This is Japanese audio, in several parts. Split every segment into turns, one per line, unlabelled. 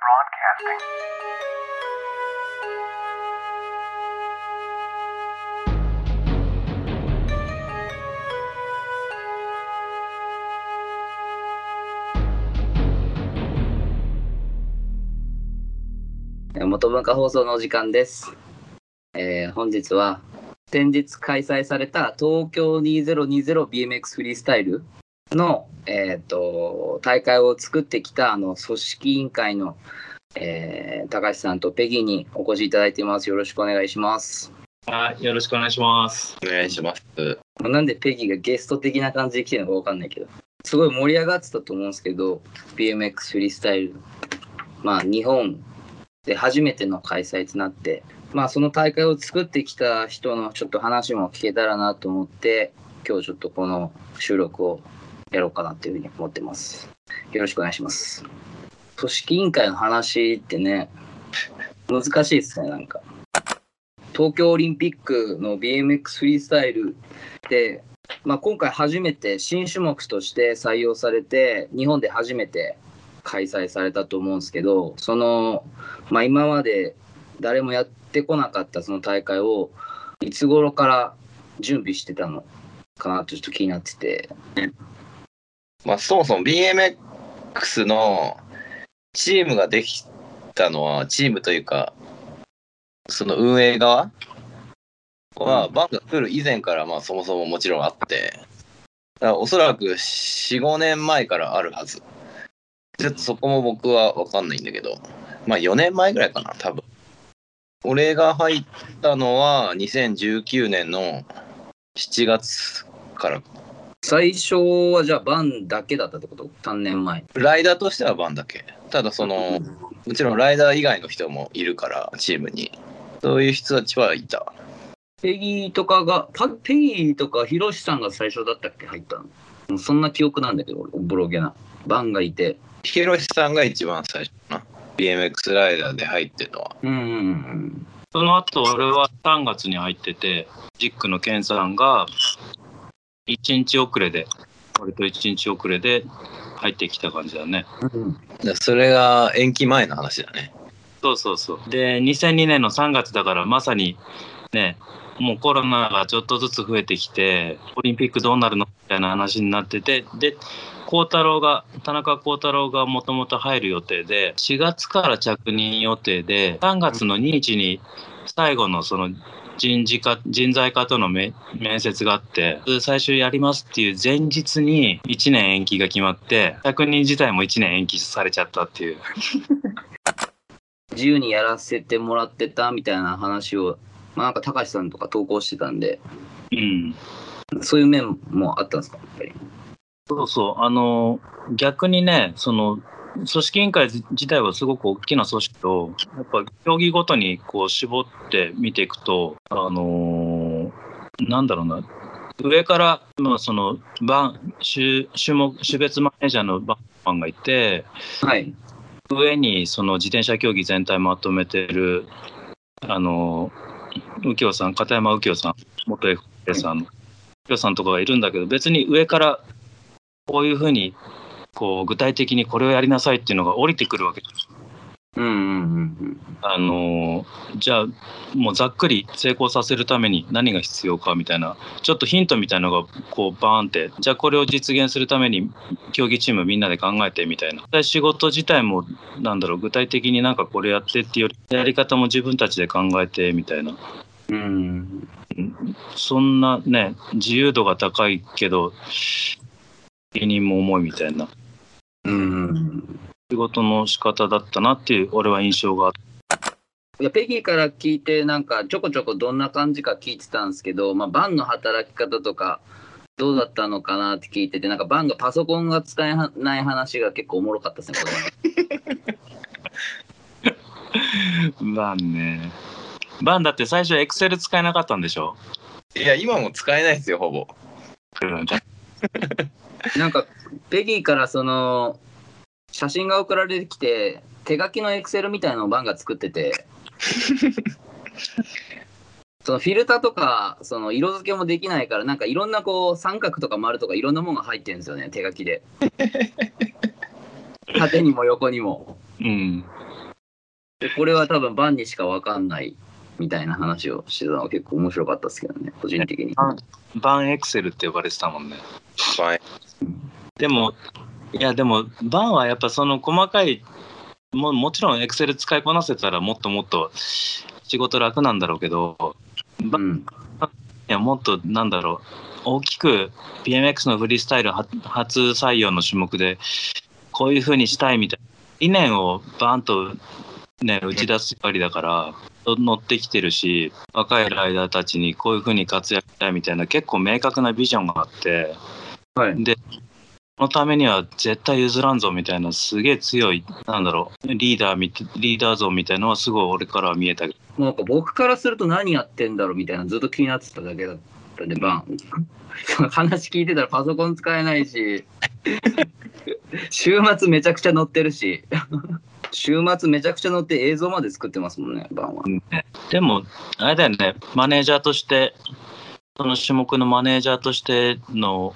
Podcasting.
「元文化放送」のお時間です、えー本日は先日開催された東京 2020BMX フリースタイルの、えー、と大会を作ってきたあの組織委員会の、えー高橋さんとペギーにお越しいただいていますよろしくお願いします
はい、よろしくお願いします。
お願いします。
なんでペギーがゲスト的な感じで来てるのか分かんないけどすごい盛り上がってたと思うんですけど BMX フリースタイルまあ日本で初めての開催となってまあその大会を作ってきた人のちょっと話も聞けたらなと思って今日ちょっとこの収録をやろうかなというふうに思ってますよろしくお願いします組織委員会の話ってね難しいですねなんか東京オリンピックの BMX フリースタイルで、まあ、今回初めて新種目として採用されて日本で初めて開催されたと思うんですけどその、まあ、今まで誰もやってこなかったその大会をいつ頃から準備してたのかなとちょっと気になってて
まあ、そもそも BMX のチームができたのは、チームというか、その運営側は、バンが来る以前から、まあ、そもそももちろんあって、だからおそらく4、5年前からあるはず。ちょっとそこも僕は分かんないんだけど、まあ、4年前ぐらいかな、多分。俺が入ったのは、2019年の7月から
最初はじゃあバンだけだったってこと3年前
ライダーとしてはバンだけ。ただその、もちろんライダー以外の人もいるから、チームに。そういう人たちはいた。
ペギーとかがパペギーとかヒロシさんが最初だったっけ入ったのもうそんな記憶なんだけど俺おぼろげなバンがいて
ヒロシさんが一番最初かな。BMX ライダーで入ってるのは。
うんうんうん
その後、俺は3月に入ってて、ジックのケンさんが、1日遅れで、俺と1日遅れで入ってきた感じだね。
うん
でそれが延期前の話だね。
そうそうそう。で、2002年の3月だから、まさにね、もうコロナがちょっとずつ増えてきて、オリンピックどうなるのみたいな話になってて、で、幸太郎が、田中幸太郎がもともと入る予定で、4月から着任予定で、3月の2日に最後のその人事課、人材課とのめ面接があって、最終やりますっていう前日に1年延期が決まって、着任自体も1年延期されちゃったっていう。
自由にやらせてもらってたみたいな話を、まあ、なんか高橋さんとか投稿してたんで
うん。
そういう面もあったんですかやっぱり
そうそう、あの、逆にね、その、組織委員会自体はすごく大きな組織と、やっぱ競技ごとにこう絞って見ていくと、あのーなんだろうな、上から、まあ、その、番種種目種別マネージャーの番マンがいて、
はい
上にその自転車競技全体まとめてる、あの、右京さん、片山右京さん、元 FA さんの、右京さんとかがいるんだけど、別に上からこういうふうに、こう、具体的にこれをやりなさいっていうのが降りてくるわけです。
うんうんうん
あの、じゃあ、もうざっくり成功させるために何が必要かみたいな、ちょっとヒントみたいなのが、こう、バーンって、じゃあこれを実現するために、競技チームみんなで考えてみたいな。で仕事自体も、なんだろう、具体的になんかこれやってっていうより、やり方も自分たちで考えてみたいな。
うんうん
そんなね、自由度が高いけど、責任も重いみたいな、
うんうん
仕事の仕方だったなっていう、俺は印象があって。
いやペギーから聞いてなんかちょこちょこどんな感じか聞いてたんですけど、まあ、バンの働き方とかどうだったのかなって聞いててなんかバンがパソコンが使えない話が結構おもろかったですねこれは
バンね。バンだって最初、エクセル使えなかったんでしょ
いや、今も使えないですよ、ほぼ。
なんかペギーからその写真が送られてきて手書きのエクセルみたいのをバンが作っててそのフィルターとかその色付けもできないからなんかいろんなこう三角とか丸とかいろんなものが入ってるんですよね手書きで縦にも横にも
うん。
でこれは多分バンにしか分かんないみたいな話をしてたのが結構面白かったですけどね、個人的に。
あバンエクセルって呼ばれてたもんね。
まあ
でも、いや、でも、バンはやっぱその細かい、ももちろんエクセル使いこなせたらもっともっと仕事楽なんだろうけど、
うん。
いや、もっとなんだろう、大きく BMX のフリースタイルは初採用の種目で、こういう風にしたいみたいな理念をバーンと、ね、打ち出すばりだから、乗ってきてるし、若いライダーたちにこういう風に活躍したいみたいな、結構明確なビジョンがあって、
はい。
そのためには絶対譲らんぞみたいな、すげえ強い、なんだろう、リーダーみたリーダー像みたいのはすごい俺からは見えたけど、
もうなんか僕からすると何やってんだろうみたいなずっと気になってただけだったんで、バン。話聞いてたらパソコン使えないし、週末めちゃくちゃ乗ってるし、週末めちゃくちゃ乗って映像まで作ってますもんね、バンは。
でも、あれだよね、マネージャーとして、その種目のマネージャーとしての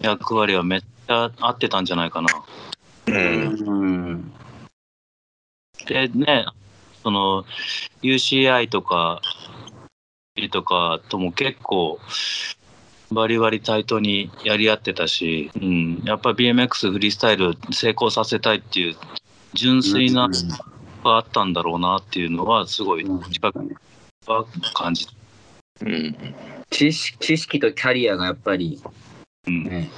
役割はめっちゃ合ってたんじゃないかな。
うん。
うん。
でね、その UCI とか、とかとも結構、バリバリ対等にやり合ってたし、うん、やっぱ BMX フリースタイル成功させたいっていう純粋ながあったんだろうなっていうのはすごい近くは感じた。
うん。
知識知識とキャリアがやっぱり、
うん
ね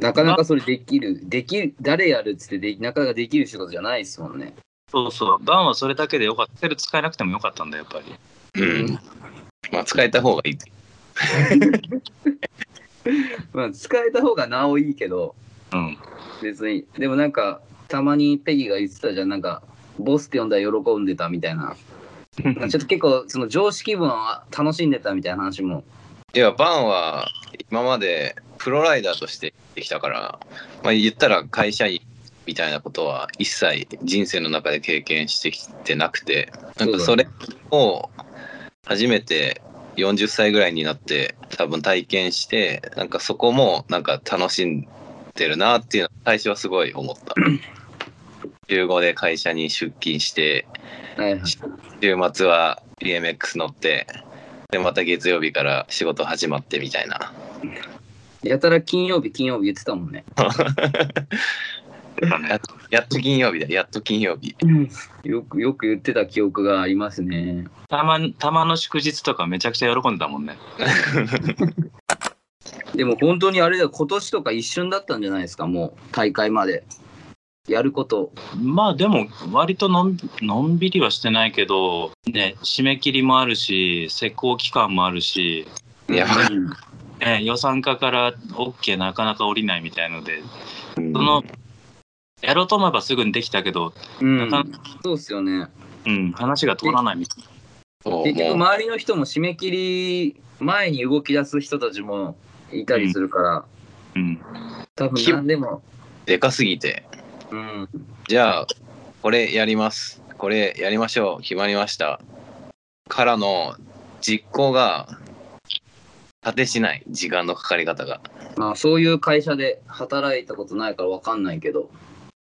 なかなかそれできる、できる、誰やるっつってでき、なかなかできる仕事じゃないですもんね。
そうそう、バンはそれだけでよかった。セル使えなくてもよかったんだ、やっぱり。
うん。まあ、使えた方がいい。
まあ、使えた方がなおいいけど、
うん。
別に。でもなんか、たまにペギーが言ってたじゃん、なんか、ボスって呼んだら喜んでたみたい な。ちょっと結構、その常識分は楽しんでたみたいな話も。
いや、バンは今までプロライダーとしてできたから、まあ、言ったら会社員みたいなことは一切人生の中で経験してきてなくて、なんかそれを初めて40歳ぐらいになって多分体験して、なんかそこもなんか楽しんでるなっていうのは最初はすごい思った。中5で会社に出勤して、
はいはい。
週末は BMX 乗って、で、また月曜日から仕事始まってみたいな。
やたら金曜日、金曜日言ってたもんね。
やっと金曜日だ、やっと金曜日。
よく、よく言ってた記憶がありますね。
たま、たまの祝日とかめちゃくちゃ喜んでたもんね。
でも本当にあれだよ、今年とか一瞬だったんじゃないですか、もう大会まで。やること。
まあでも、割とのんのんびりはしてないけど、ね、締め切りもあるし、施工期間もあるし、
やばかっ
うん
ね、予算化から OK なかなか降りないみたいので、そ
た。
の、やろうと思えばすぐにできたけど、
うん
なか、
そうっすよね。
うん、話が通らないみたい
そう
結局
もう
周りの人も締め切り前に動き出す人たちもいたりするから、
な。うん。
多分何でも、
でかすぎて。
うん、
じゃあ、これやります。これやりましょう。決まりました。からの実行が、果てしない。時間のかかり方が。
まあそういう会社で働いたことないから分かんないけど、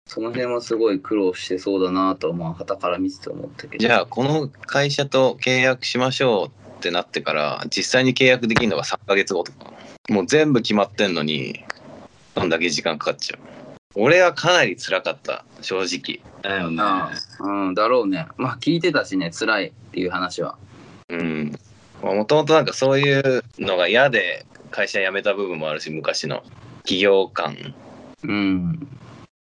その辺はすごい苦労してそうだなと、まあ、傍から見てて思ったけど。
じゃあ、この会社と契約しましょうってなってから、実際に契約できるのが3ヶ月後とか。もう全部決まってんのに、どんだけ時間かかっちゃう。俺はかなり辛かった、正直。
だよね。
ああうん、だろうね。まあ聞いてたしね、辛いっていう話は。
うん。もともとなんかそういうのが嫌で会社辞めた部分もあるし、昔の企業間。
うん。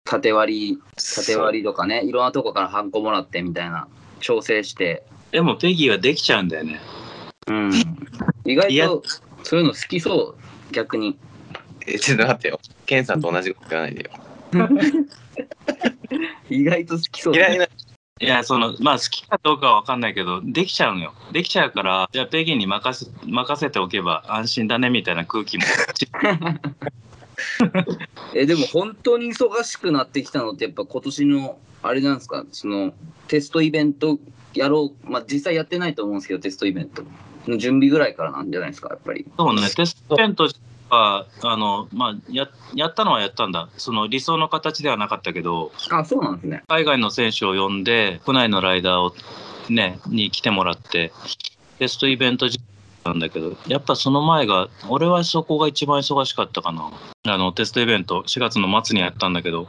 縦割り、縦割りとかね、いろんなとこからハンコもらってみたいな、調整して。
でも、ペギーはできちゃうんだよね。
うん。意
いや
外と、そういうの好きそう、逆に。
り。え、ちょっと待ってよ。ケンさんと同じこと言わないでよ。
意外と好きそう、
嫌い
ね。
な。
いや、その、まあ、好きかどうかは分かんないけど、できちゃうのよ。できちゃうから、じゃあ、ペギーに任せ、任せておけば安心だね、みたいな空気も。
え、でも本当に忙しくなってきたのって、やっぱ今年の、あれなんですか、その、テストイベントやろう、まあ実際やってないと思うんですけど、テストイベントの準備ぐらいからなんじゃないですか、やっぱり。
そうね、テストイベントは、あの、まあ、や、やったのはやったんだ。その理想の形ではなかったけど、
あ、そうなんですね。
海外の選手を呼んで、国内のライダーを、ね、に来てもらって、ベストイベント時なんだけど、やっぱその前が、俺はそこが一番忙しかったかな。あの、テストイベント、4月の末にやったんだけど、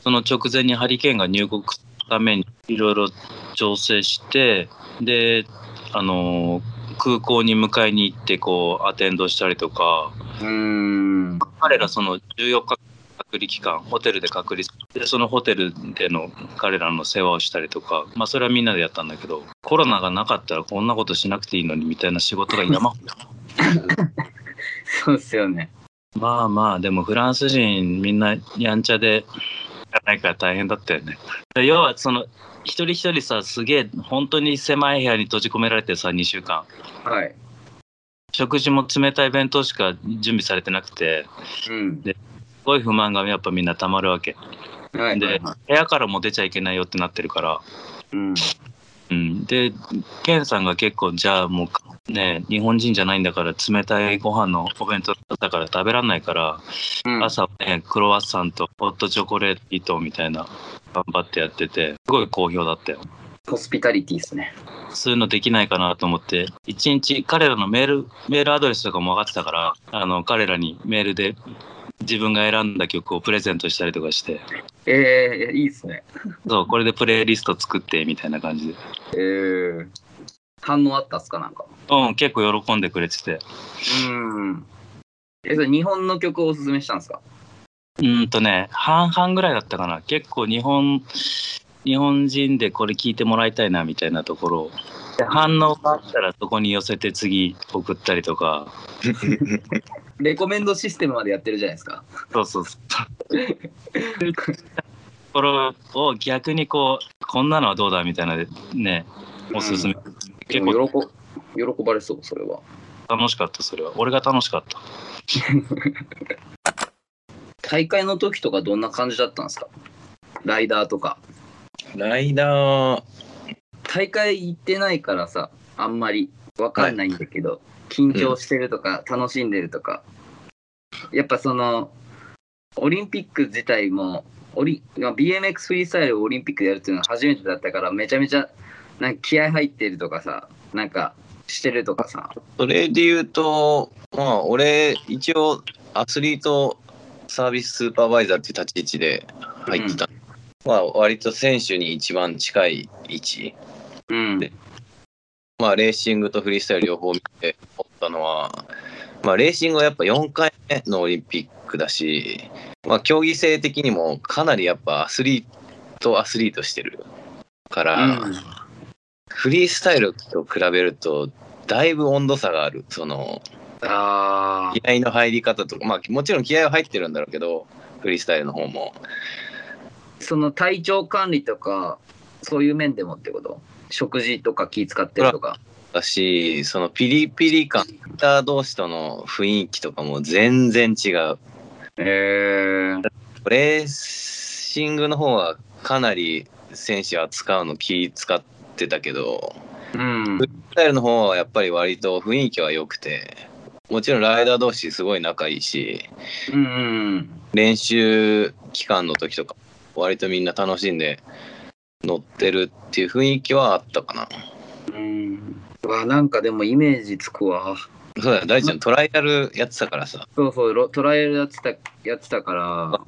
その直前にハリケーンが入国するために、いろいろ調整して、で、あの空港に迎えに行って、こう、アテンドしたりとか、
うーん。
彼らその14日隔離期間ホテルで隔離してそのホテルでの彼らの世話をしたりとかまあそれはみんなでやったんだけどコロナがなかったらこんなことしなくていいのにみたいな仕事が山ほど
そうですよね。
まあまあでもフランス人みんなやんちゃでやらないから大変だったよね要はその一人一人さすげえ本当に狭い部屋に閉じ込められてさ2週間
はい。
食事も冷たい弁当しか準備されてなくて
うん。
すごい不満がやっぱみんなたまるわけ
はい。はい
で
はい
部屋からも出ちゃいけないよってなってるから、
うん。
うん、でケンさんが結構じゃあもうね日本人じゃないんだから冷たいご飯のお弁当だから食べらんないから、
うん
朝はねクロワッサンとホットチョコレート一等みたいな頑張ってやっててすごい好評だったよ
ホスピタリティですね。
そういうのできないかなと思って一日彼らのメールメールアドレスとかも分かってたからあの彼らにメールで自分が選んだ曲をプレゼントしたりとかして
ええいいですね。
そうこれでプレイリスト作ってみたいな感じで
えー、反応あったっすかなんか。
うん、結構喜んでくれてて。
うん。え、それ日本の曲をおすすめしたんですか
うーんとね、半々ぐらいだったかな。結構日本、日本人でこれ聞いてもらいたいなみたいなところを。で反応があったらそこに寄せて次送ったりとか。
レコメンドシステムまでやってるじゃないですか。
そうそうそう。でところを逆にこう、こんなのはどうだみたいなでね、おすすめ。
で
結
も
構
喜喜ばれそう、それは。
楽しかった、それは。俺が楽しかった。
大会の時とかどんな感じだったんですかライダーとか。
ライダー、
大会行ってないからさ、あんまりわかんないんだけど、緊張してるとか、楽しんでるとか。やっぱその、オリンピック自体も、オリまあ BMX フリースタイルをオリンピックでやるっていうのは初めてだったから、めちゃめちゃ、なんか気合入ってるとかさ、なんかしてるとかさ。
それで言うと、まあ、俺、一応、アスリートサービススーパーバイザーっていう立ち位置で入ってた。まあ、割と選手に一番近い位置。
うん。
でまあ、レーシングとフリースタイル両方見て思ったのは、まあ、レーシングはやっぱ4回目のオリンピックだし、まあ、競技性的にもかなりやっぱアスリートアスリートしてるから、
うん
フリースタイルと比べるとだいぶ温度差があるその
あ
気合の入り方とか、まあ、もちろん気合は入ってるんだろうけどフリースタイルの方も
その体調管理とかそういう面でもってこと食事とか気使ってるとか
だしそのピリピリ感ファイター同士との雰囲気とかも全然違う
へえ
レーシングの方はかなり選手は使うの気使ってたけど、
うん
スタイルの方はやっぱり割と雰囲気は良くて、もちろんライダー同士すごい仲いいし、
うんうん
練習期間の時とか、割とみんな楽しんで乗ってるっていう雰囲気はあったかな。
うんうわなんかでもイメージつくわ
そうだよ、大ちゃんトライアルやってたからさ。
そうそうロトライアルやってたやってたから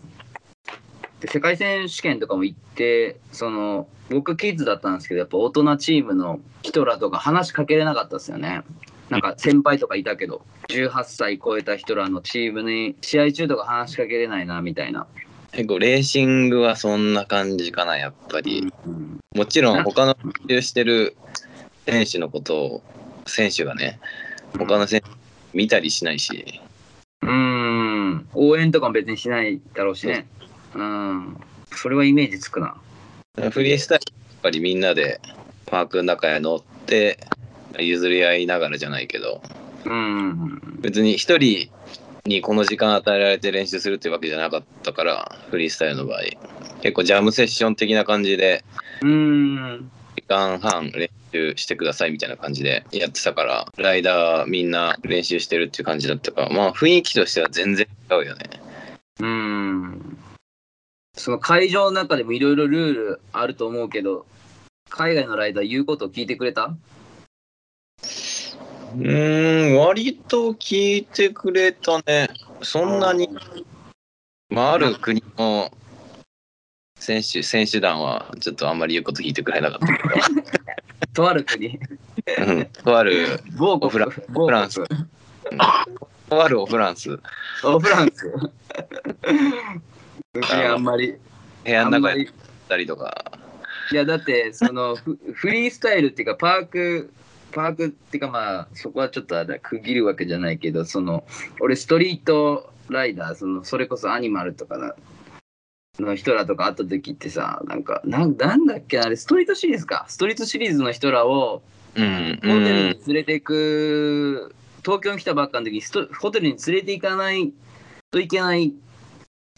で世界選手権とかも行ってその僕キッズだったんですけどやっぱ大人チームの人らとか話しかけれなかったですよねなんか先輩とかいたけど18歳超えた人らのチームに試合中とか話しかけれないなみたいな
結構レーシングはそんな感じかな、やっぱり。
うん
もちろん他の練習してる選手のことを選手がね他の選手見たりしないし
うーん応援とかも別にしないだろうしねうんそれはイメージつくな
フリースタイルやっぱりみんなでパークの中へ乗って譲り合いながらじゃないけど
うん
別に一人にこの時間与えられて練習するっていうわけじゃなかったからフリースタイルの場合結構ジャムセッション的な感じで
うん
時間半練習してくださいみたいな感じでやってたから、ライダーみんな練習してるっていう感じだったから、まあ雰囲気としては全然違うよね。
うん。その会場の中でもいろいろルールあると思うけど、海外のライダー言うことを聞いてくれた
うーん、割と聞いてくれたね。そんなに、まあある国の選手、選手団はちょっとあんまり言うこと聞いてくれなかったけど。
とある国。
うんとある、
某国
フラン
某国
フランスとあるオフランス、
おフランス。いや、あんまり。
部屋
あ
の
ん
中
ま
やっ
り。
たりとか、
いや、だって、その、フフリースタイルっていうか、パーク、パークっていうか、まあ、そこはちょっとあれだ区切るわけじゃないけど、その、俺、ストリートライダー、その、それこそアニマルとかなの人らとか会った時ってさ、なんか、なんなんだっけな、あれ、ストリートシリーズか。ストリートシリーズの人らを、
うん、
ホ
う
テルに連
ん、
れていく、東京に来たばっかの時ストホテルに連れて行かないといけない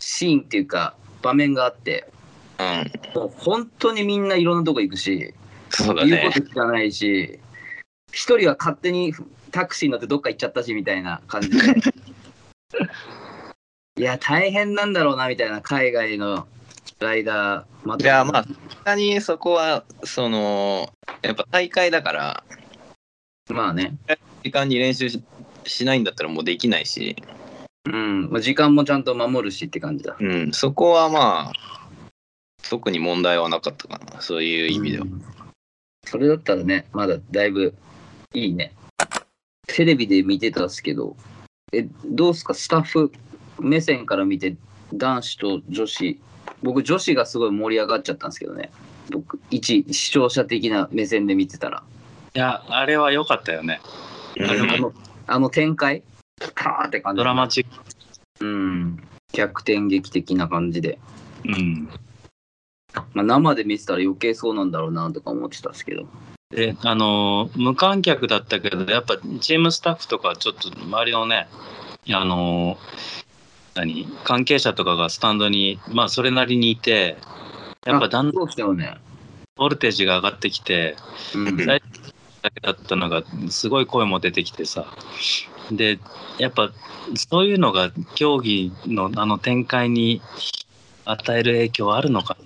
シーンっていうか場面があって
うん、
もう本当にみんないろんなとこ行くし、
そうだ
言う
ね
こ。と聞かないし一人は勝手にタクシーに乗ってどっか行っちゃったしみたいな感じ でいや大変なんだろうなみたいな海外のライダーま
いや、まあ、さすがにそこは、その、やっぱ大会だから、
まあね、
時間に練習ししないんだったらもうできないし、
うんまあ、時間もちゃんと守るしって感じだ
うん、そこはまあ、特に問題はなかったかな、そういう意味では。
それだったらね、まだだいぶいいね。テレビで見てたんですけど、え、どうすか、スタッフ目線から見て、男子と女子、僕、女子がすごい盛り上がっちゃったんですけどね、僕、一視聴者的な目線で見てたら、
いや、あれは良かったよね。
うん
なる
あのあの展開、カーって感じ、
ドラマチック。
うん、逆転劇的な感じで、
うん。
まあ、生で見てたら余計そうなんだろうなとか思ってたんですけど、
で、あのー無観客だったけど、やっぱチームスタッフとか、ちょっと周りのね、あのー何関係者とかがスタンドに、まあ、それなりにいて、やっぱだんだん
そうですよね。
ボルテージが上がってきて、
うん
うん
だけだったのがすごい声も出てきてさでやっぱそういうのが競技のあの展開に与える影響はあるのか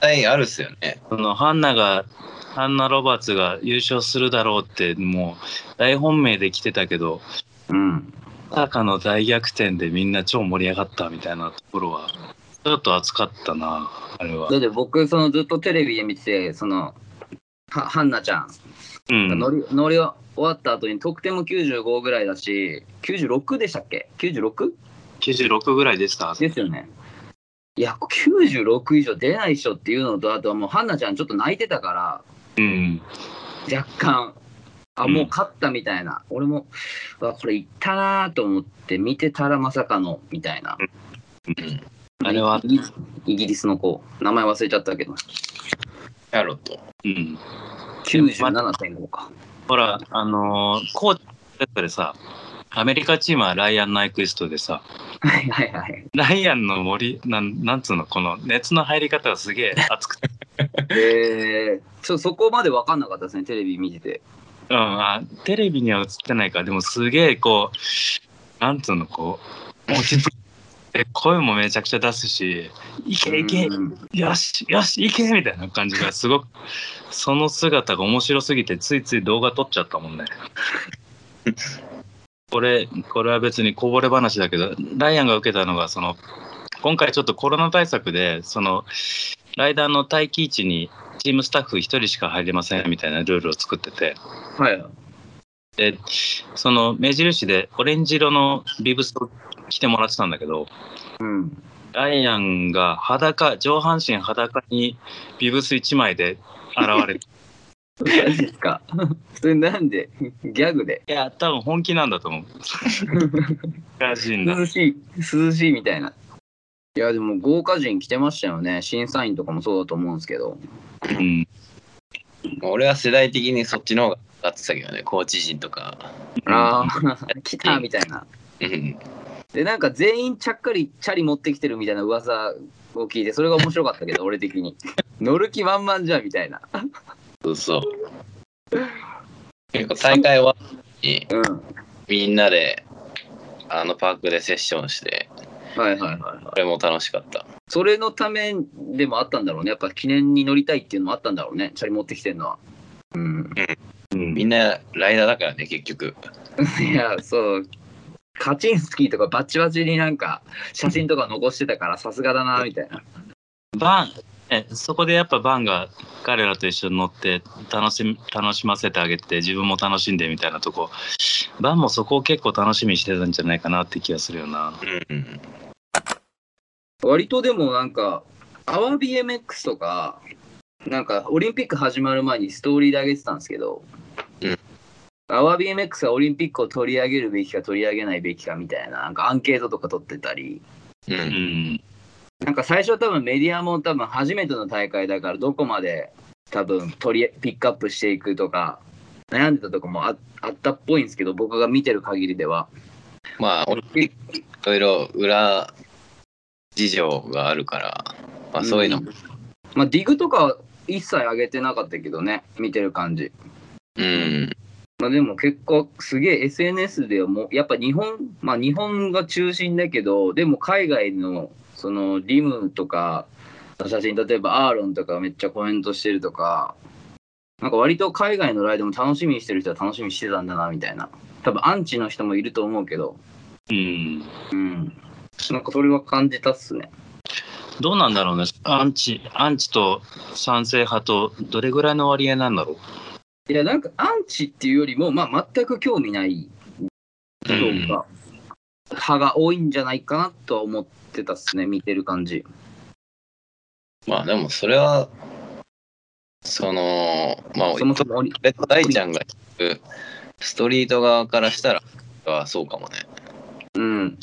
な
はい、あるっすよね。
そのハンナがハンナ・ロバーツが優勝するだろうってもう大本命で来てたけど
うん
まさかの大逆転でみんな超盛り上がったみたいなところはちょっと熱かったなあれは
だ。って僕そのずっとテレビで見ててそのはハンナちゃん
うん
乗り乗り終わった後に得点も95ぐらいだし96でしたっけ 96?
96ぐらいでした。
ですよねいや96以上出ないでしょっていうのとあとはもうハンナちゃんちょっと泣いてたか
うん
ら若干あ
うん
もう勝ったみたいな、俺もうわこれいったなと思って見てたらまさかのみたいな
うん、
あれは
イギイギリスの子名前忘れちゃったけど
キャロット。
うん
97.5か
ほら、あのーコーチだったらさ、アメリカチームはライアン・ナイクイストでさ、
はいはいはい
ライアンの森、なんなんつうの、この熱の入り方がすげえ熱くて、
えー、ちょそこまで分かんなかったですね、テレビ見てて。
うんあ、テレビには映ってないから、でもすげえこう、なんつうの、こう、落ち着いて、声もめちゃくちゃ出すし、いけいけ、
うん
よし、よし、いけみたいな感じがすごく、その姿が面白すぎて、ついつい動画撮っちゃったもん ね。これ、これは別にこぼれ話だけど、ライアンが受けたのが、その、今回ちょっとコロナ対策で、その、ライダーの待機位置にチームスタッフ1人しか入れませんみたいなルールを作ってて、
はい。
で、その目印でオレンジ色のビブスを着てもらってたんだけど、
うん。
ライアンが裸、上半身裸にビブス1枚で現 れて、
マジですか。それなんでギャグで
いや、多分本気なんだと思う。アメリカ人だ。
涼しい、涼しいみたいな。いや、でも豪華人来てましたよね。審査員とかもそうだと思うんですけど。
うん。
俺は世代的にそっちの方が当ってたけどね、コーチ陣とか。
ああ、来たみたいな。
うん
で、なんか全員ちゃっかりチャリ持ってきてるみたいな噂を聞いて、それが面白かったけど、俺的に。乗る気満々じゃんみたいな。
そうそう。結構大会は
うん。
みんなで、あのパークでセッションして、
はいはいはいはい。
これも楽しかった。
それのためでもあったんだろうね。やっぱ記念に乗りたいっていうのもあったんだろうね。チャリ持ってきてる のは。うん。
うん
みんなライダーだからね、結局。
いや、そう。カチンスキーとかバチバチになんか写真とか残してたからさすがだなみたいな。
バン、ね、そこでやっぱバンが彼らと一緒に乗って楽しみ楽しませてあげて自分も楽しんでみたいなとこバンもそこを結構楽しみにしてたんじゃないかなって気がするよな
うん。
割とでもなんか、アワ BMX とか、なんかオリンピック始まる前にストーリーで上げてたんですけど、
うん
アワ BMX はオリンピックを取り上げるべきか取り上げないべきかみたいな、なんかアンケートとか取ってたり、
う。
うんん
なんか最初は多分メディアも多分初めての大会だからどこまで多分取りピックアップしていくとか悩んでたとこもああったっぽいんですけど僕が見てる限りでは
まあ、オリンピックいろいろ裏事情があるから、まあそういうのも。
まあディグとかは一切上げてなかったけどね見てる感じ
うん。
まあでも結構すげえ SNS ではもうやっぱ日本まあ日本が中心だけどでも海外のそのリムとかの写真例えばアーロンとかめっちゃコメントしてるとかなんか割と海外のライドも楽しみにしてる人は楽しみにしてたんだなみたいな多分アンチの人もいると思うけど
うん
うんなんかそれは感じたっすね
どうなんだろうねアンチアンチと賛成派とどれぐらいの割合なんだろ
いやなんかアンチっていうよりもまあ全く興味ない人が、派が多いんじゃないかなとは思ってたっすね見てる感じ
まあでもそれは、その、まあ、
そもそもオリ
俺と大ちゃんが行くストリート側からしたら、あそうかもね。
うん。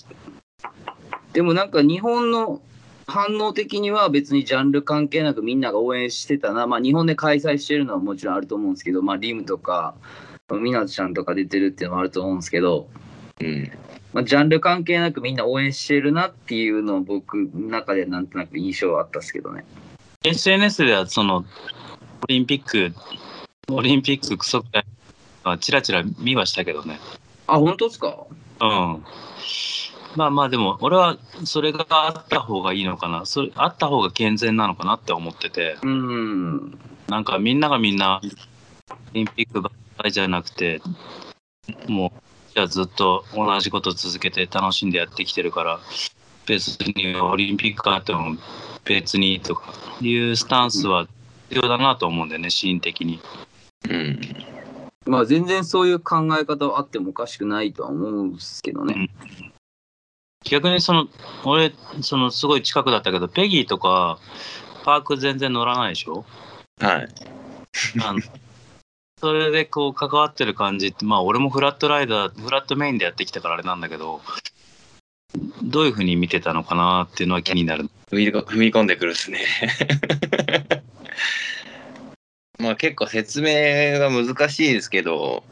でもなんか日本の反応的には別にジャンル関係なくみんなが応援してたな。まあ日本で開催してるのはもちろんあると思うんですけど、まあリムとか、みなちゃんとか出てるっていうのもあると思うんですけど、
うん。
まあジャンル関係なくみんな応援してるなっていうのを僕の中でなんとなく印象はあったっすけどね。
う SNS ではそのオリンピックオリンピッククソくらいはチラチラ見はしたけどね
あ、本当っすか
うんまあまあでも俺はそれがあった方がいいのかなそれあった方が健全なのかなって思ってて
うん。
なんかみんながみんなオリンピックばっかりじゃなくてもうじゃあずっと同じこと続けて楽しんでやってきてるから別にオリンピックがあっても別にとかいうスタンスは必要だなと思うんだよねシーン的に。
うん。
まあ全然そういう考え方はあってもおかしくないとは思うんですけどね。
逆にその俺そのすごい近くだったけどペギーとかパーク全然乗らないでしょ
はい。
あのそれでこう関わってる感じってまあ俺もフラットライダーフラットメインでやってきたからあれなんだけどどういうふうに見てたのかなっていうのは気になる
踏み込踏み込んでくるっすね。 まあ結構説明が難しいですけど、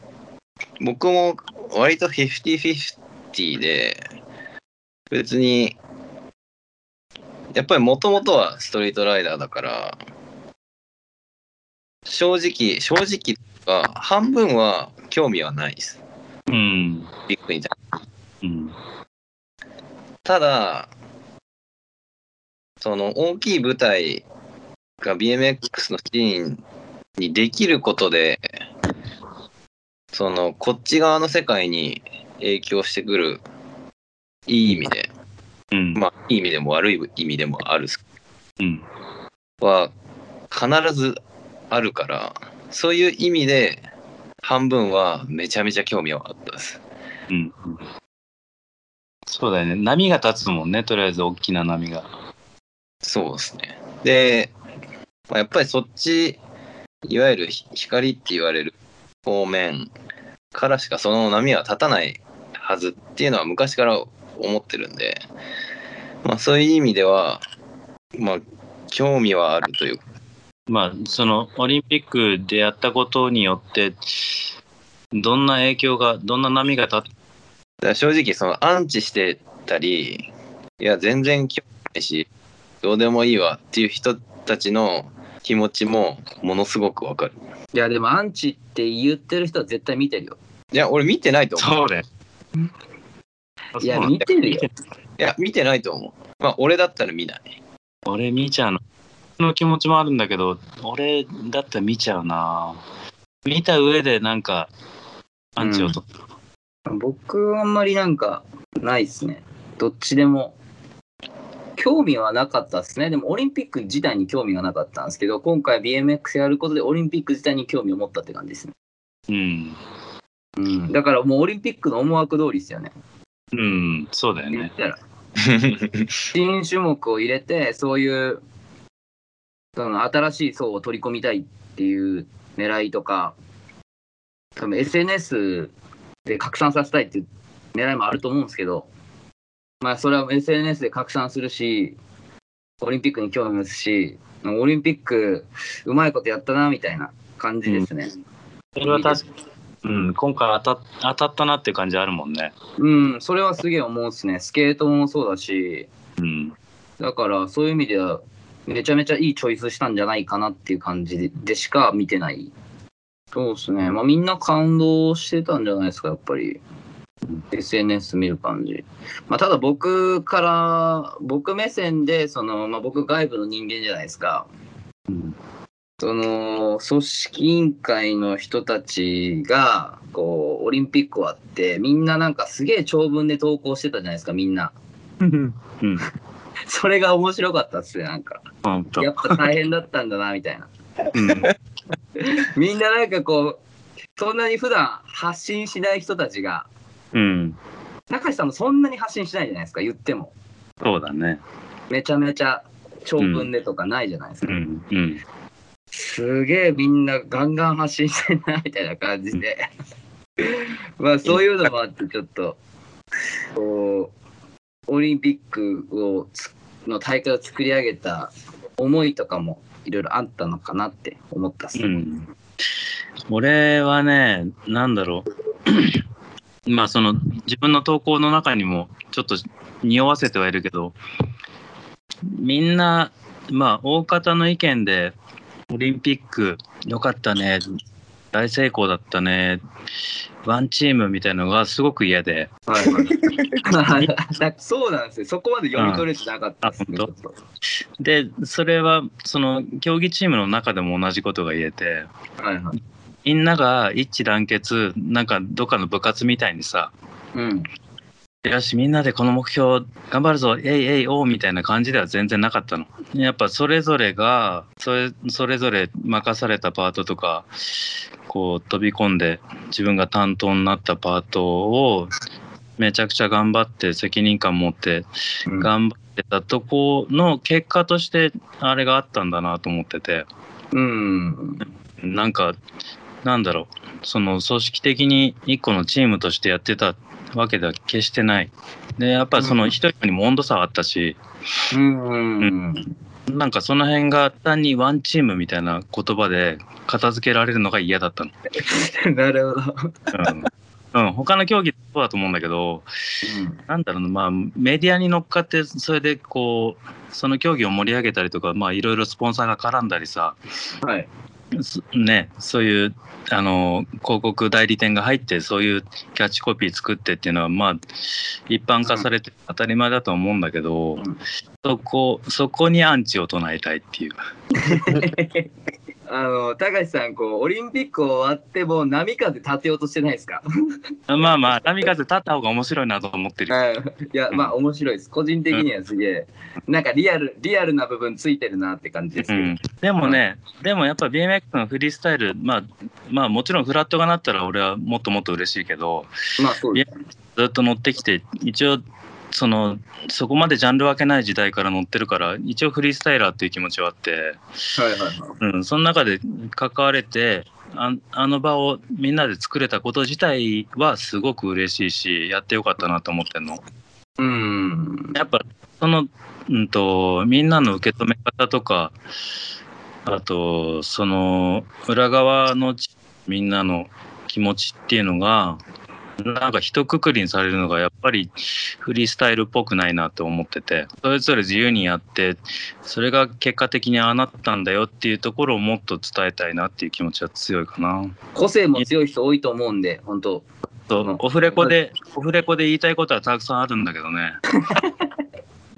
僕も割と50-50で、別に、やっぱりもともとはストリートライダーだから、正直、正直は半分は興味はないです。
うん
ビッグに対して
うん
ただその大きい舞台が BMX のシーンにできることでそのこっち側の世界に影響してくるいい意味で
うん
まあいい意味でも悪い意味でもある
うん
は必ずあるからそういう意味で半分はめちゃめちゃ興味はあったです。
うんそうだよね波が立つもんねとりあえず大きな波が
そうですね。で、まあ、やっぱりそっち、いわゆるひ光って言われる方面からしかその波は立たないはずっていうのは昔から思ってるんで、まあそういう意味では、まあ興味はあるというか、
まあそのオリンピックでやったことによってどんな影響がどんな波が立っ
だから正直そのアンチしてたり、いや全然興味ないし、どうでもいいわっていう人たちの気持ちもものすごくわかる。
いや、でもアンチって言ってる人は絶対見てるよ。
いや、俺見てないと思う。
そうね。
いや、見てるよ。
いや、見てないと思う。まあ、俺だったら見ない。
俺見ちゃうの。その気持ちもあるんだけど、俺だったら見ちゃうな。見た上でなんか、アンチをと、
僕はあんまりなんかないですね。どっちでも。興味はなかったですね。でもオリンピック自体に興味がなかったんですけど、今回 BMX やることでオリンピック自体に興味を持ったって感じですね。
うん。
うん、だからもうオリンピックの思惑通りですよね。
うん、そうだよ
言
ね
っ。たら新種目を入れて、そういうその新しい層を取り込みたいっていう狙いとか、多分 SNS で拡散させたいっていう狙いもあると思うんですけど、まあ、それは SNS で拡散するし、オリンピックに興味持つし、オリンピック、うまいことやったなみたいな感じですね。
それは確かうん、今回当た当たったなっていう感じあるもんね。
うん、それはすげえ思うっすね。スケートもそうだし、
うん。
だからそういう意味ではめちゃめちゃいいチョイスしたんじゃないかなっていう感じでしか見てないそうですねまあみんな感動してたんじゃないですかやっぱり SNS 見る感じ、まあ、ただ僕から僕目線でその、まあ、僕外部の人間じゃないですか
うん
その組織委員会の人たちがこうオリンピック終わってみんななんかすげえ長文で投稿してたじゃないですかみんな
うん。
それが面白かったっすねなんか
本当。
やっぱ大変だったんだなみ たいな。
うん
みんななんかこう、そんなに普段発信しない人たちが、
うん。
中地さんもそんなに発信しないじゃないですか、言っても。
そうだね。
めちゃめちゃ長文でとかないじゃないです
う
か。
ん。うん。
すげえみんなガンガン発信してんなみたいな感じで。まあそういうのもあって、ちょっと、こう、オリンピックをつ、の大会を作り上げた思いとかもいろいろあったのかなって思ったっす。
うん。俺はね、なんだろう。 まあその自分の投稿の中にもちょっと匂わせてはいるけど、みんな、まあ大方の意見で、オリンピック良かったね、大成功だったね、ワンチームみたいなのがすごく嫌で、
はい そうなんですよ。そこまで読み取れてなかったですね。
うんあ
ちょっと
でそれはその競技チームの中でも同じことが言えて
はいはい。
みんなが一致団結なんかどっかの部活みたいにさ
うん。
よしみんなでこの目標頑張るぞえいえいおうみたいな感じでは全然なかったのやっぱそれぞれがそれそれぞれ任されたパートとかこう飛び込んで自分が担当になったパートをめちゃくちゃ頑張って責任感持って頑張ってたとこの結果としてあれがあったんだなと思ってて
うん。
なんかなんだろうその組織的に一個のチームとしてやってたわけでは決してないでやっぱその一人にも温度差はあったし
うん。
なんかその辺が単にワンチームみたいな言葉で片付けられるのが嫌だったの、
なるほど。
うんうん、他の競技そうだと思うんだけどなんだろうな、まあ、メディアに乗っかって、それでこう、その競技を盛り上げたりとか、まあ、いろいろスポンサーが絡んだりさ、
はい。
そね、そういう、あの、広告代理店が入って、そういうキャッチコピー作ってっていうのは、まあ、一般化されて当たり前だと思うんだけど、
うん
そこ、そこにアンチを唱えたいっていう。
あの、高橋さん、こう、オリンピック終わっても、波風立てようとしてないですか
まあまあ、波風立った方が面白いなと思ってる。
いや、まあ、面白いです。個人的にはすげえ、なんかリアル、リアルな部分ついてるなって感じです
う
けど。
ん、でもね、でもやっぱ BMX のフリースタイル、まあ、まあもちろんフラットがなったら俺はもっともっと嬉しいけど、
まあ、そうですね。
ずっと乗ってきて一応そのそこまでジャンル分けない時代から乗ってるから一応フリースタイラーっていう気持ちはあって、
はいはいはい。
うん、その中で関われてああの場をみんなで作れたこと自体はすごく嬉しいしやってよかったなと思ってんの。
うん。
やっぱその、うん、とみんなの受け止め方とかあとその裏側のちみんなの気持ちっていうのがなんか一括りにされるのがやっぱりフリースタイルっぽくないなって思っててそれぞれ自由にやってそれが結果的にああなったんだよっていうところをもっと伝えたいなっていう気持ちは強いかな。
個性も強い人多いと思うんで、本当
そ
うん
うオフレコでオフレコで言いたいことはたくさんあるんだけどね。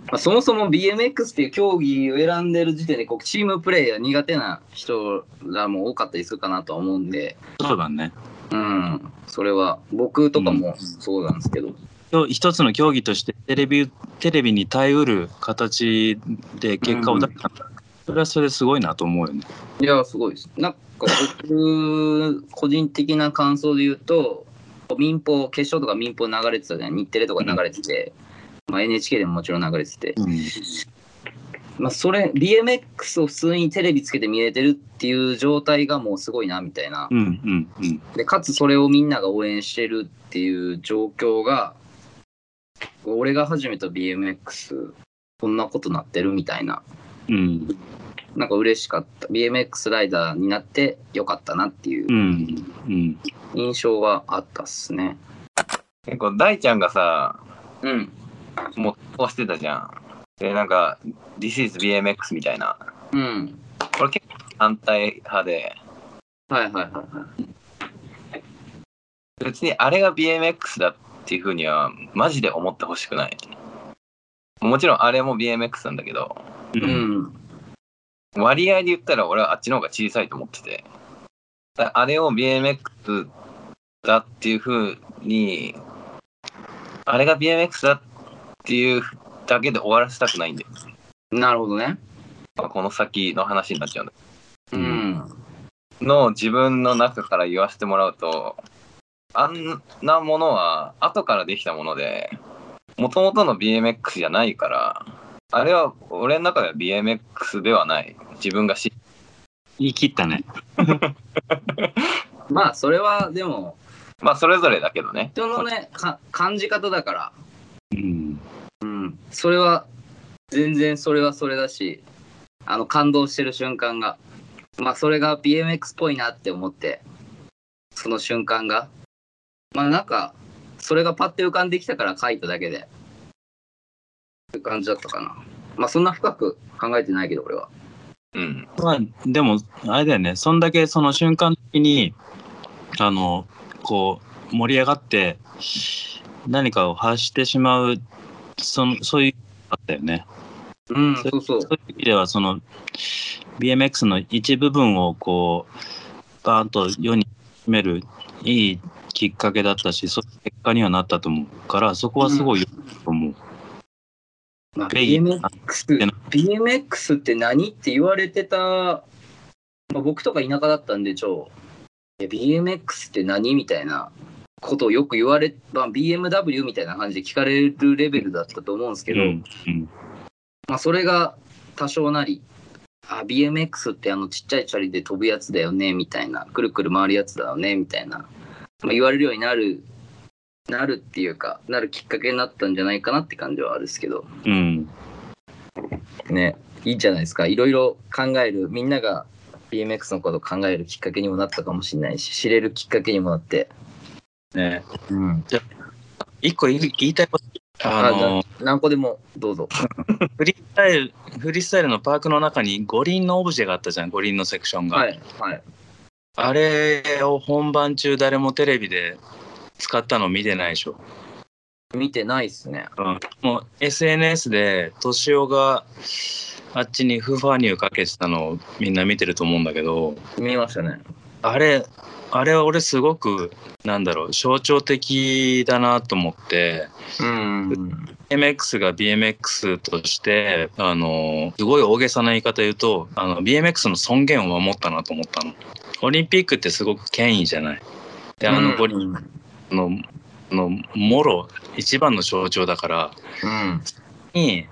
まあ、そもそも BMX っていう競技を選んでる時点でこうチームプレーが苦手な人らも多かったりするかなとは思うんで、
そうだね。
うん、それは僕とかもそうなんですけど、
今日一つの競技としてテレビテレビに耐えうる形で結果を出したんだ、それはそれすごいなと思うよね。
いやすごいです。なんか僕個人的な感想で言うと民放決勝とか民放流れてたじゃない日テレとか流れてて、まあ、NHK でももちろん流れてて、まあ、それ BMX を普通にテレビつけて見れてるっていう状態がもうすごいなみたいな
うんうんうん
でかつそれをみんなが応援してるっていう状況が俺が始めた BMX こんなことなってるみたいな
うん
なんか嬉しかった BMX ライダーになってよかったなっていう
うんうん
印象はあったっすね
結構大ちゃんがさ
うん
もう飛ばしてたじゃんでなんか「This is BMX」みたいな
うん
これ結構反対派で
はいはいはいは
別にあれが BMX だっていうふうにはマジで思ってほしくないもちろんあれも BMX なんだけど
う
いうんん
割合で言ったら俺はあっちの方が小さいと思っててだからあれを BMX だっていうふうにあれが BMX だっていうだけで終わらせたくないんだよ
なるほどね
まあこの先の話になっちゃうんだ
うん
けどの自分の中から言わせてもらうとあんなものは後からできたもので元々の BMX じゃないからあれは俺の中では BMX ではない自分が知っ
言い切ったね。
まあそれはでも
まあそれぞれだけどね
人のねか感じ方だから
うん
うんそれは全然それはそれだしあの感動してる瞬間がまあそれが BMX っぽいなって思ってその瞬間がまあなんかそれがパッて浮かんできたから書いただけでっていう感じだったかなまあそんな深く考えてないけど俺は
うん
まあでもあれだよねそんだけその瞬間的にあのこう盛り上がって何かを発してしまうそのそういうあったよね。
うんそうそう
そういう意味ではその BMX の一部分をこうバーンと世に締めるいいきっかけだったしそういう結果にはなったと思うからそこはすごい良かったと思う。
まあ、
ベイ
BMX, BMX って何って言われてた、まあ、僕とか田舎だったんで超いや BMX って何みたいなことをよく言われ、まあ、BMW みたいな感じで聞かれるレベルだったと思うんですけど、
うんうん
まあ、それが多少なりあ BMX ってあのちっちゃいチャリで飛ぶやつだよねみたいなくるくる回るやつだよねみたいな、まあ、言われるようになるなるっていうかなるきっかけになったんじゃないかなって感じはあるんですけど。
うん
ねいいんじゃないですかいろいろ考えるみんなが BMX のことを考えるきっかけにもなったかもしれないし知れるきっかけにもなって、
ね
うん、
一個言い言いたいことあの
あな何個でもどうぞ
フリースタイルフリースタイルのパークの中に五輪のオブジェがあったじゃん五輪のセクションが、
はいはい
あれを本番中誰もテレビで使ったの見てないでしょ
見てないっすね
もう SNS で敏夫があっちにフーファーニューかけてたのをみんな見てると思うんだけど
見ましたね
あれあれは俺すごくなんだろう象徴的だなと思って
うん、
BMX が BMX としてあのすごい大げさな言い方言うとあの BMX の尊厳を守ったなと思ったのオリンピックってすごく権威じゃないであの五輪
うん、
の,、のもろ一番の象徴だから
うん
に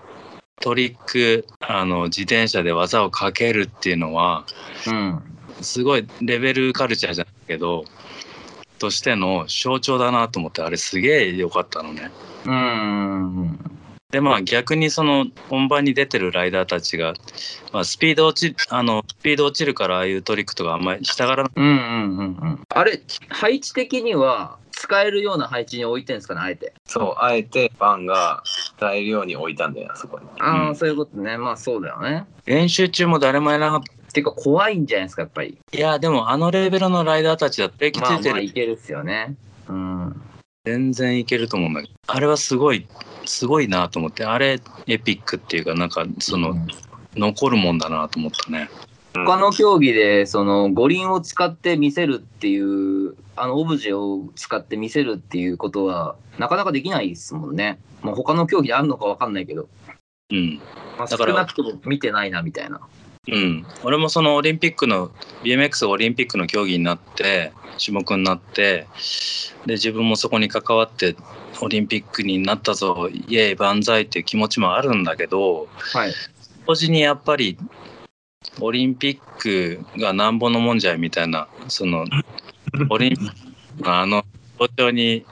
トリックあの自転車で技をかけるっていうのは
うん
すごいレベルカルチャーじゃないけどとしての象徴だなと思ってあれすげえ良かったのね
うん
でまあ逆にその本番に出てるライダーたちが、まあ、スピード落ちあのスピード落ちるからああいうトリックとかあんまりしたがらな
うんうんうんうんあれ配置的には使使えるような配置に置いてんですかね、あえて。
そう、あえてファンが使えるように置いたんだよ、あそこに。
ああ、
うん
そういうことね。まあそうだよね。
練習中も誰もいなかった。
てか怖いんじゃないですか、やっぱり。
いや、でもあのレベルのライダーたちだって、歴つ
まあ
いて
まあ
る。
いけるっすよね。うん。
全然いけると思うんだけど。あれはすごい、すごいなと思って、あれエピックっていうか、なんかその、残るもんだなと思ったね。
他の競技でその五輪を使って見せるっていうあのオブジェを使って見せるっていうことはなかなかできないですもんね。まあ、他の競技であるのかわかんないけど、
うん。
まあ、少
だから
なくとも見てないなみたいな。
うん。俺もそのオリンピックの、BMX がオリンピックの競技になって、種目になって、で、自分もそこに関わって、オリンピックになったぞ、イエーイ万歳っていう気持ちもあるんだけど、
はい。
同時にやっぱりオリンピックがなんぼのもんじゃいみたいなそのオリンピックのあの東京に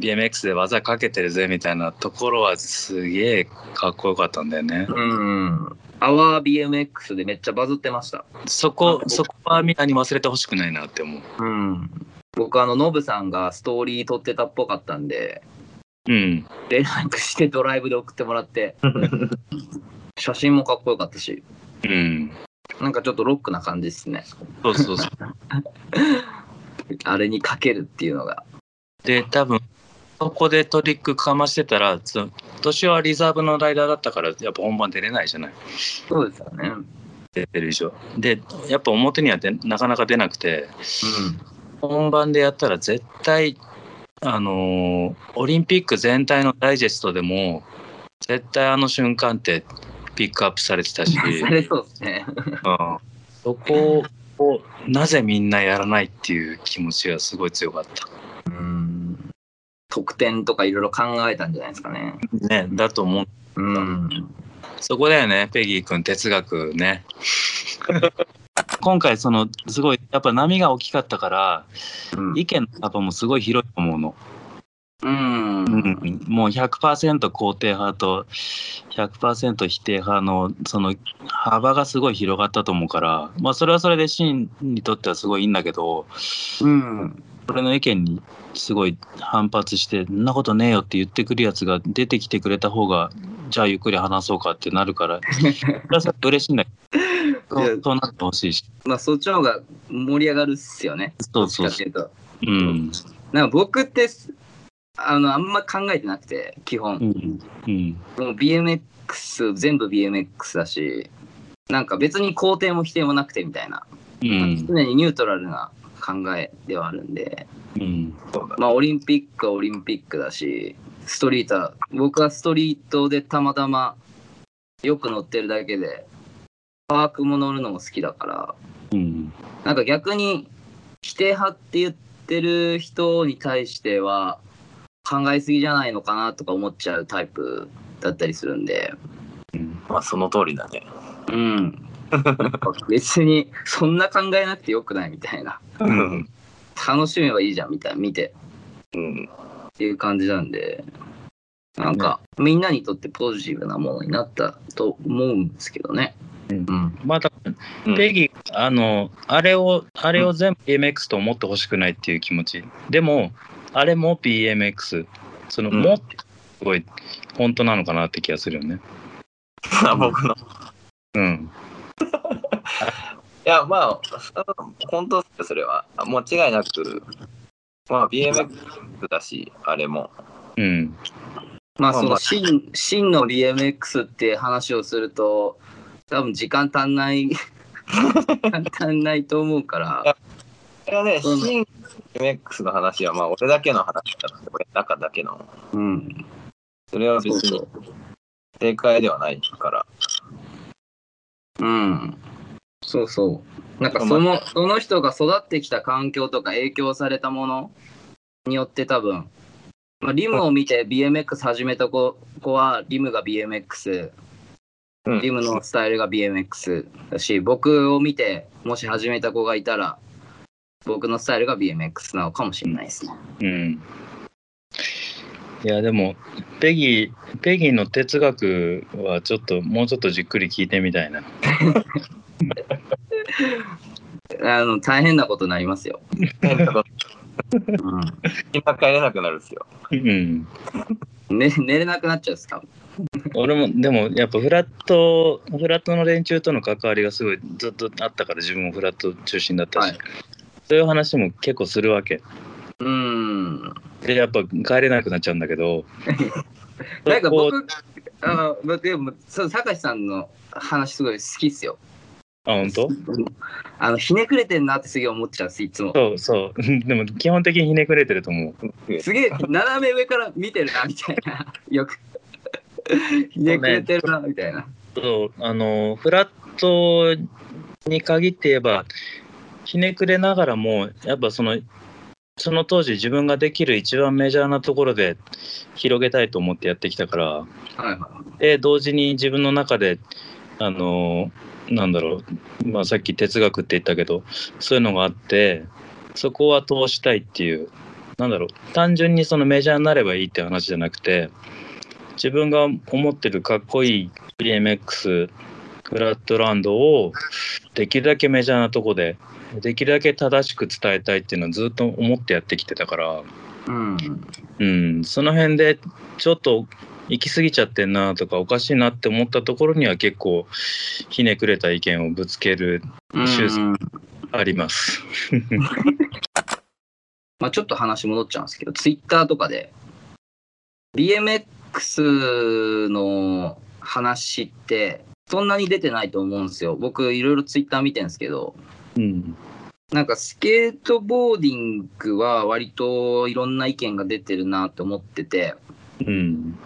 BMX で技かけてるぜみたいなところはすげえかっこよかったんだよね。
うん。アワー BMX でめっちゃバズってました。
そこそこはみんなに忘れてほしくないなって思う。
うん。僕あのノブさんがストーリー撮ってたっぽかったんで
うん。
連絡してドライブで送ってもら って写真もかっこよかったし
うん。
なんかちょっとロックな感じですね
そうそうそう。
あれにかけるっていうのが
で多分そこでトリックかましてたらそ年はリザーブのライダーだったからやっぱ本番出れないじゃない。
そうですよねうん
出てる以上でやっぱ表にはでなかなか出なくて本番でやったら絶対あのーオリンピック全体のダイジェストでも絶対あの瞬間ってピックアップされてたし、
されそうですね
うんそこをなぜみんなやらないっていう気持ちがすごい強かった。
うん得点とかいろいろ考えたんじゃないですかね
ね、だと思う
うん
そこだよね、ペギー君、哲学 ね。今回、その、すごい、やっぱ波が大きかったから、
うん
意見の幅もすごい広いと思うの。
うん
うん、もう100%肯定派と100%否定派のその幅がすごい広がったと思うから、まあ、それはそれでシーンにとってはすごいいいんだけど
うん
俺の意見にすごい反発して「んなことねえよ」って言ってくるやつが出てきてくれた方がじゃあゆっくり話そうかってなるからそれはそれで嬉しいんだけど
いや
そうそうなってほしいし
まあそっちの方が盛り上がるっすよね
そうそう
どっちかっていうと
うん
なんか僕ってすあのあんま考えてなくて基本
うんうん
もう BMX 全部 BMX だしなんか別に肯定も否定もなくてみたいな、
うん
常にニュートラルな考えではあるんで
うん
まあオリンピックはオリンピックだしストリートは僕はストリートでたまたまよく乗ってるだけでパークも乗るのも好きだから
うん
なんか逆に否定派って言ってる人に対しては考えすぎじゃないのかなとか思っちゃうタイプだったりするんで。
まあ、その通りだね。
うん。別にそんな考えなくてよくないみたいな
うん。
楽しめばいいじゃんみたいな見て
うん。
っていう感じなんでなんか、みんなにとってポジティブなものになったと思うんですけどねうん
またペギーあのあれをあれを全部 BMX と思ってほしくないっていう気持ちでもあれも BMX その
うん
もってすごい本当なのかなって気がするよね
あ僕の。い
うん
や、まあ、本当っすよ、それは。間違いなく、まあ、BMX だし、あれも。
うん
まあ
まあ
そ
ま
の
あ
真真の BMX って話をすると多分時間足んない時間足んないと思う から
それはね、
うん
新 BMX の話は、まあ、俺だけの話だって、俺の中だけの。
うん
それは
そう
別
そ
に
う
正解ではないから。
うん。そうそう。なんかその、その人が育ってきた環境とか影響されたものによって多分、まあ、リムを見て BMX 始めた子子は、リムが BMX、
うん
リムのスタイルが BMX だし、僕を見て、もし始めた子がいたら、僕のスタイルが BMX なのかもしれないですね。
うんいやでもペギーペギーの哲学はちょっともうちょっとじっくり聞いてみたいな
あの、大変なことになりますよ。
変なこと 今帰れなくなるんですよ。
うん。
うんね、寝れなくなっちゃうっすか
俺も、でもやっぱフラット、フラットの連中との関わりがすごいずっとあったから、自分もフラット中心だったし、
はい
そういう話も結構するわけ。
うーん
で、やっぱ帰れなくなっちゃうんだけど、
なんか
こう
僕あーでもそう高橋さんの話すごい好きっすよ
あ、本当
あのひねくれてんなってすげえ思っちゃうんですいつも
そうそう。 でも基本的にひねくれてると思う。
すげえ斜め上から見てるなみたいな よくひねくれてるなみたいな
そうあのフラットに限って言えばひねくれながらもやっぱそのその当時自分ができる一番メジャーなところで広げたいと思ってやってきたから
はいは
で同時に自分の中であのなんだろう、まあ、さっき哲学って言ったけどそういうのがあってそこは通したいっていうなんだろう単純にそのメジャーになればいいって話じゃなくて自分が思ってるかっこいい BMX フラットランドをできるだけメジャーなとこでできるだけ正しく伝えたいっていうのをずっと思ってやってきてたから。
いうん
うん、その辺でちょっと行き過ぎちゃってんなとかおかしいなって思ったところには結構ひねくれた意見をぶつける修正
うん
あります。
まあ、ちょっと話戻っちゃうんですけど、ツイッターとかで、BMX の話って、そんなに出てないと思うんですよ。僕、いろいろツイッター見てるんですけど、
うん、
なんかスケートボーディングは割といろんな意見が出てるなと思ってて、
うん、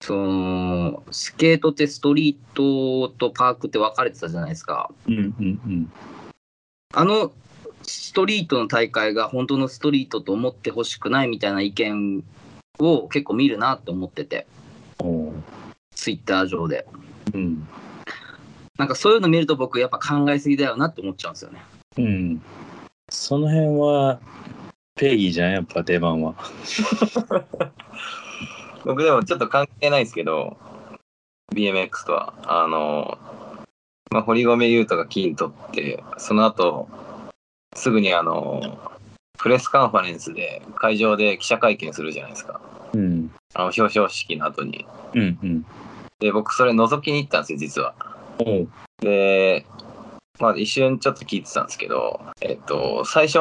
その、スケートってストリートとパークって分かれてたじゃないですか。
うん、うん、
あのストリートの大会が本当のストリートと思ってほしくないみたいな意見を結構見るなって思ってて、
うんおー
ツイッター上で。
うん、
なんかそういうの見ると僕やっぱ考えすぎだよなって思っちゃうんですよね。
うん。その辺はペギーじゃんやっぱ出番は。
僕でもちょっと関係ないですけど、BMX とは。あの、まあ、堀米雄斗が金取って、その後、すぐにあの、プレスカンファレンスで会場で記者会見するじゃないですか。
うん、
あの表彰式の後に。
うん、うん。
で、僕それ覗きに行ったんですよ、実は。
おう
で、まあ一瞬ちょっと聞いてたんですけど、えっと、最初、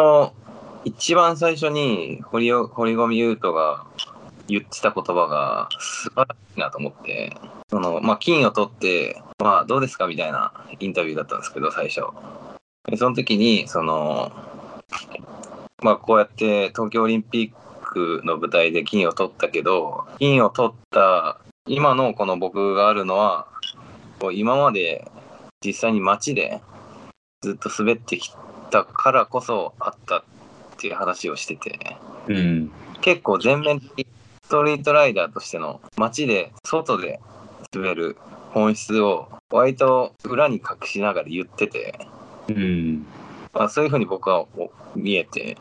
一番最初に堀尾堀米雄斗が言ってた言葉が素晴らしいなと思って、その、まあ金を取って、まあどうですかみたいなインタビューだったんですけど、最初。でその時に、その、まあこうやって東京オリンピックの舞台で金を取ったけど、金を取った今のこの僕があるのは、こう今まで実際に街でずっと滑ってきたからこそあったっていう話をしてて
うん、
結構全面的にストリートライダーとしての街で外で滑る本質を割と裏に隠しながら言ってて、
うん、
まあ、そういうふうに僕はお見えて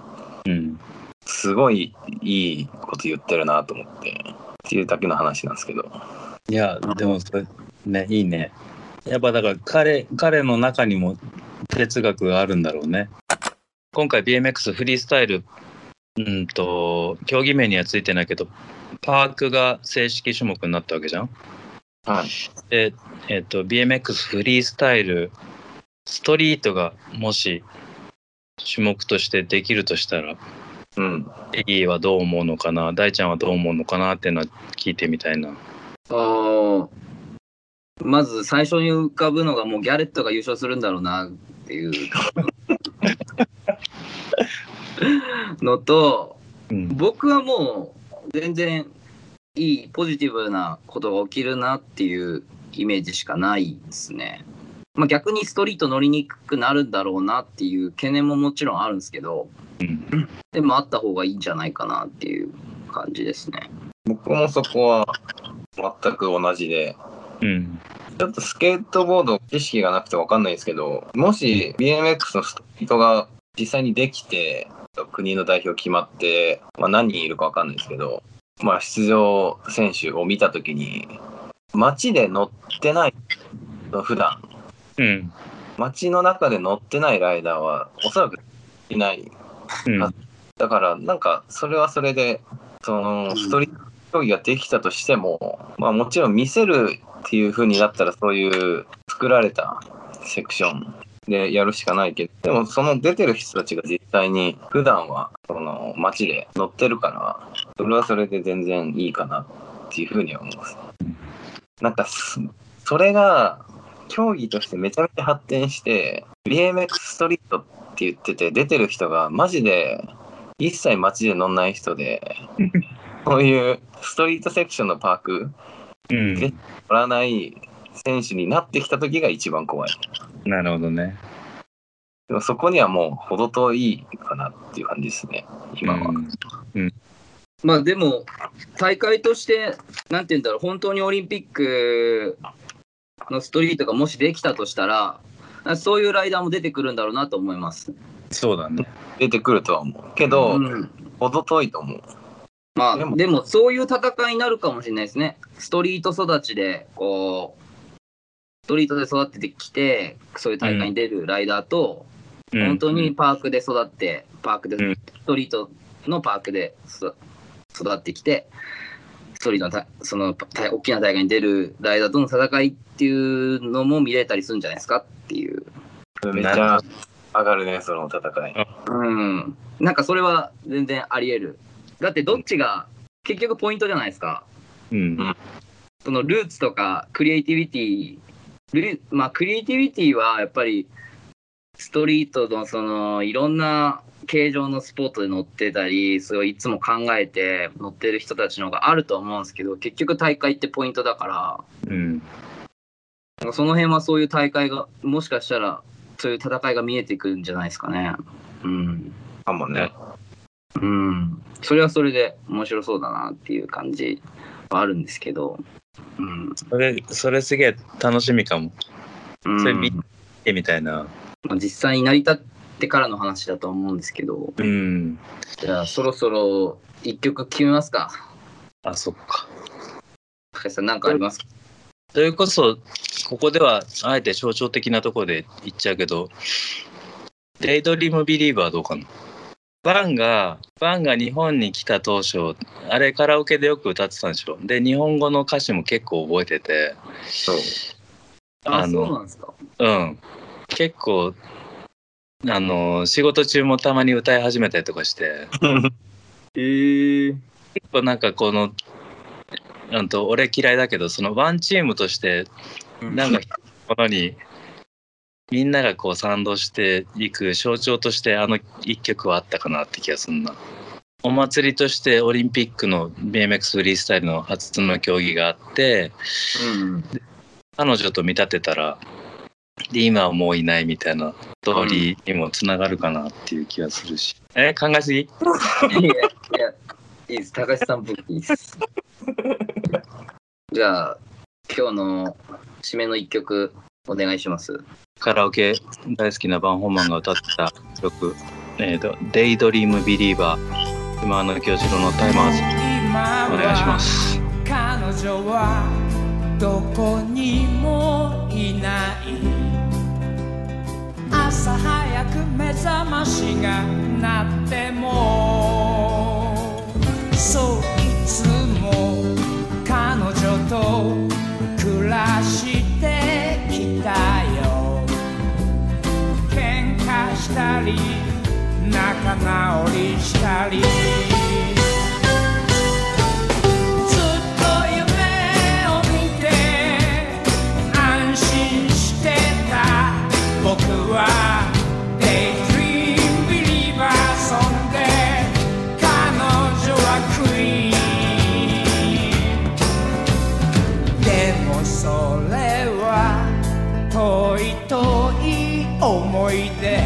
うん。
すごいいいこと言ってるなと思ってっていうだけの話なんですけど
いや、でもそれ、ね、いいね。やっぱだから彼、彼の中にも哲学があるんだろうね。今回 BMX フリースタイル、うんと、競技名にはついてないけど、パークが正式種目になったわけじゃん。
はい
で、えっ、と、BMX フリースタイル、ストリートがもし種目としてできるとしたら、
うん
エギーはどう思うのかな、大ちゃんはどう思うのかなっていうのは聞いてみたいな。
あーまず最初に浮かぶのがもうギャレットが優勝するんだろうなっていうのと、
うん。
僕はもう全然いいポジティブなことが起きるなっていうイメージしかないですね。まあ、逆にストリート乗りにくくなるんだろうなっていう懸念ももちろんあるんですけど、でもあった方がいいんじゃないかなっていう感じですね。
僕もそこは全く同じで
うん。
ちょっとスケートボード知識がなくてわかんないんですけど、もし BMX のストリートが実際にできて、国の代表決まって、まあ、何人いるかわかんないですけど、まあ、出場選手を見たときに、街で乗ってない、普段、
うん。
街の中で乗ってないライダーは、おそらくいない
うん。
だから、なんか、それはそれで、その、
ん
ストリート競技ができたとしても、まあもちろん見せるっていう風になったら、そういう作られたセクションでやるしかないけど、でもその出てる人たちが実際に、普段は、その、街で乗ってるから、それはそれで全然いいかなっていう風には思います。なんかす、それが、競技としてめちゃめちゃ発展して、BMX ストリートって言ってて、出てる人がマジで一切街で乗んない人で、こういうストリートセクションのパーク
うん。
乗らない選手になってきた時が一番怖い。
なるほどね。
でもそこにはもう程遠いかなっていう感じですね、今は。
うん
まあでも、大会として、なんて言うんだろう、本当にオリンピックのストリートがもしできたとしたら、そういうライダーも出てくるんだろうなと思います。
そうだね。
出てくるとは思う。けど、
ん、
程遠いと思う。
まあ
で
で
も
もそういう戦いになるかもしれないですね。ストリート育ちで、こう、ストリートで育っててきて、そういう大会に出るライダーと、
うん
本当にパークで育って、パークで、
うん
ストリートのパークで育育ってきて、ストリートのたそのた大きな大会に出るライダーとの戦いっていうのも見れたりするんじゃないですかっていう。
めっちゃ上がるね、その戦い。
うん。なんかそれは全然あり得る。だってどっちが、結局ポイントじゃないですか。
うん。
そのルーツとかクリエイティビティルまあクリエイティビティはやっぱりストリートのそのいろんな形状のスポットで乗ってたりそれをいつも考えて乗ってる人たちの方があると思うんですけど結局大会ってポイントだか
うん。
らその辺はそういう大会がもしかしたらそういう戦いが見えてくるんじゃないですかねうん
かもね。
うんそれはそれで面白そうだなっていう感じはあるんですけどうん、
それ、それすげえ楽しみかも。
うん、
それ見えみたいな。
まあ、実際になりたってからの話だと思うんですけど、
うん。
じゃあそろそろ一曲決めますか。
あ、そっか。
高橋さん何かありますか
それこそ、ここでは、あえて象徴的なところで言っちゃうけど、デイドリームビリーバーはどうかなバンが、バンが日本に来た当初、あれカラオケでよく歌ってたんでしょ。で、日本語の歌詞も結構覚えてて、
そう。
あ
あの
そうなんですか。
うん。結構、あの、仕事中もたまに歌い始めたりとかして、
えー、
結構なんかこの、うんと、俺嫌いだけど、そのワンチームとしてなんか、ものに、みんながこう賛同していく象徴としてあの一曲はあったかなって気がすんな。お祭りとしてオリンピックの BMX フリースタイルの初の競技があって、
うん、
彼女と見立てたら、で今はもういないみたいなストーリーにもつながるかなっていう気がするし。え、考えすぎ
いやいやいいです。高橋さん僕いい です。じゃあ今日の締めの一曲お願いします。
カラオケ大好きなバンホーマンが歌ってた曲、えっ、と、デイドリームビリーバー、今の清志郎のタイマーズ、お願いします。
彼女はどこにもいない朝早く目覚ましが鳴ってもそういつも彼女と暮らしてきたよ喧嘩したり仲直りしたりずっと夢を見て安心してた僕は Daydream Believer そんで彼女は Queen でもそれは遠い遠い思い出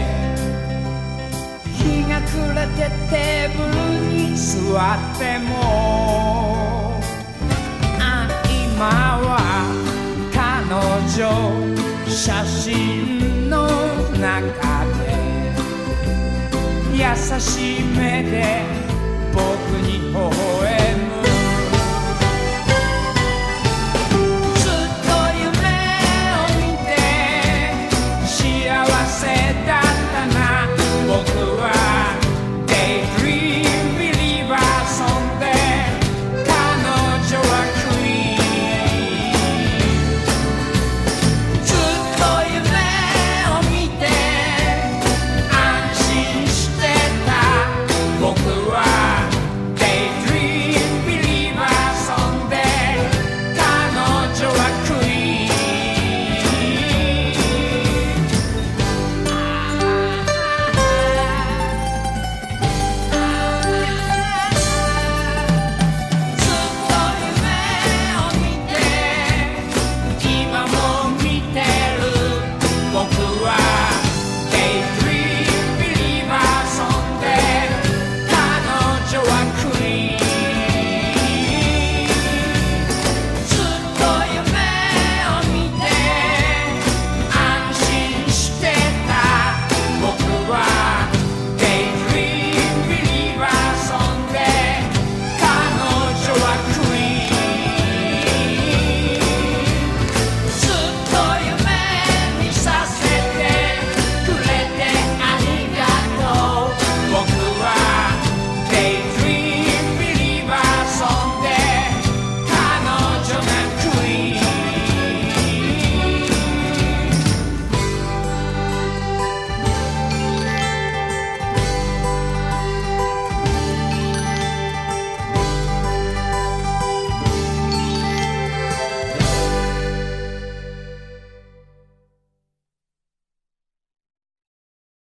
日が暮れてテーブルに座ってもあ今は彼女写真の中で優しい目で僕に微笑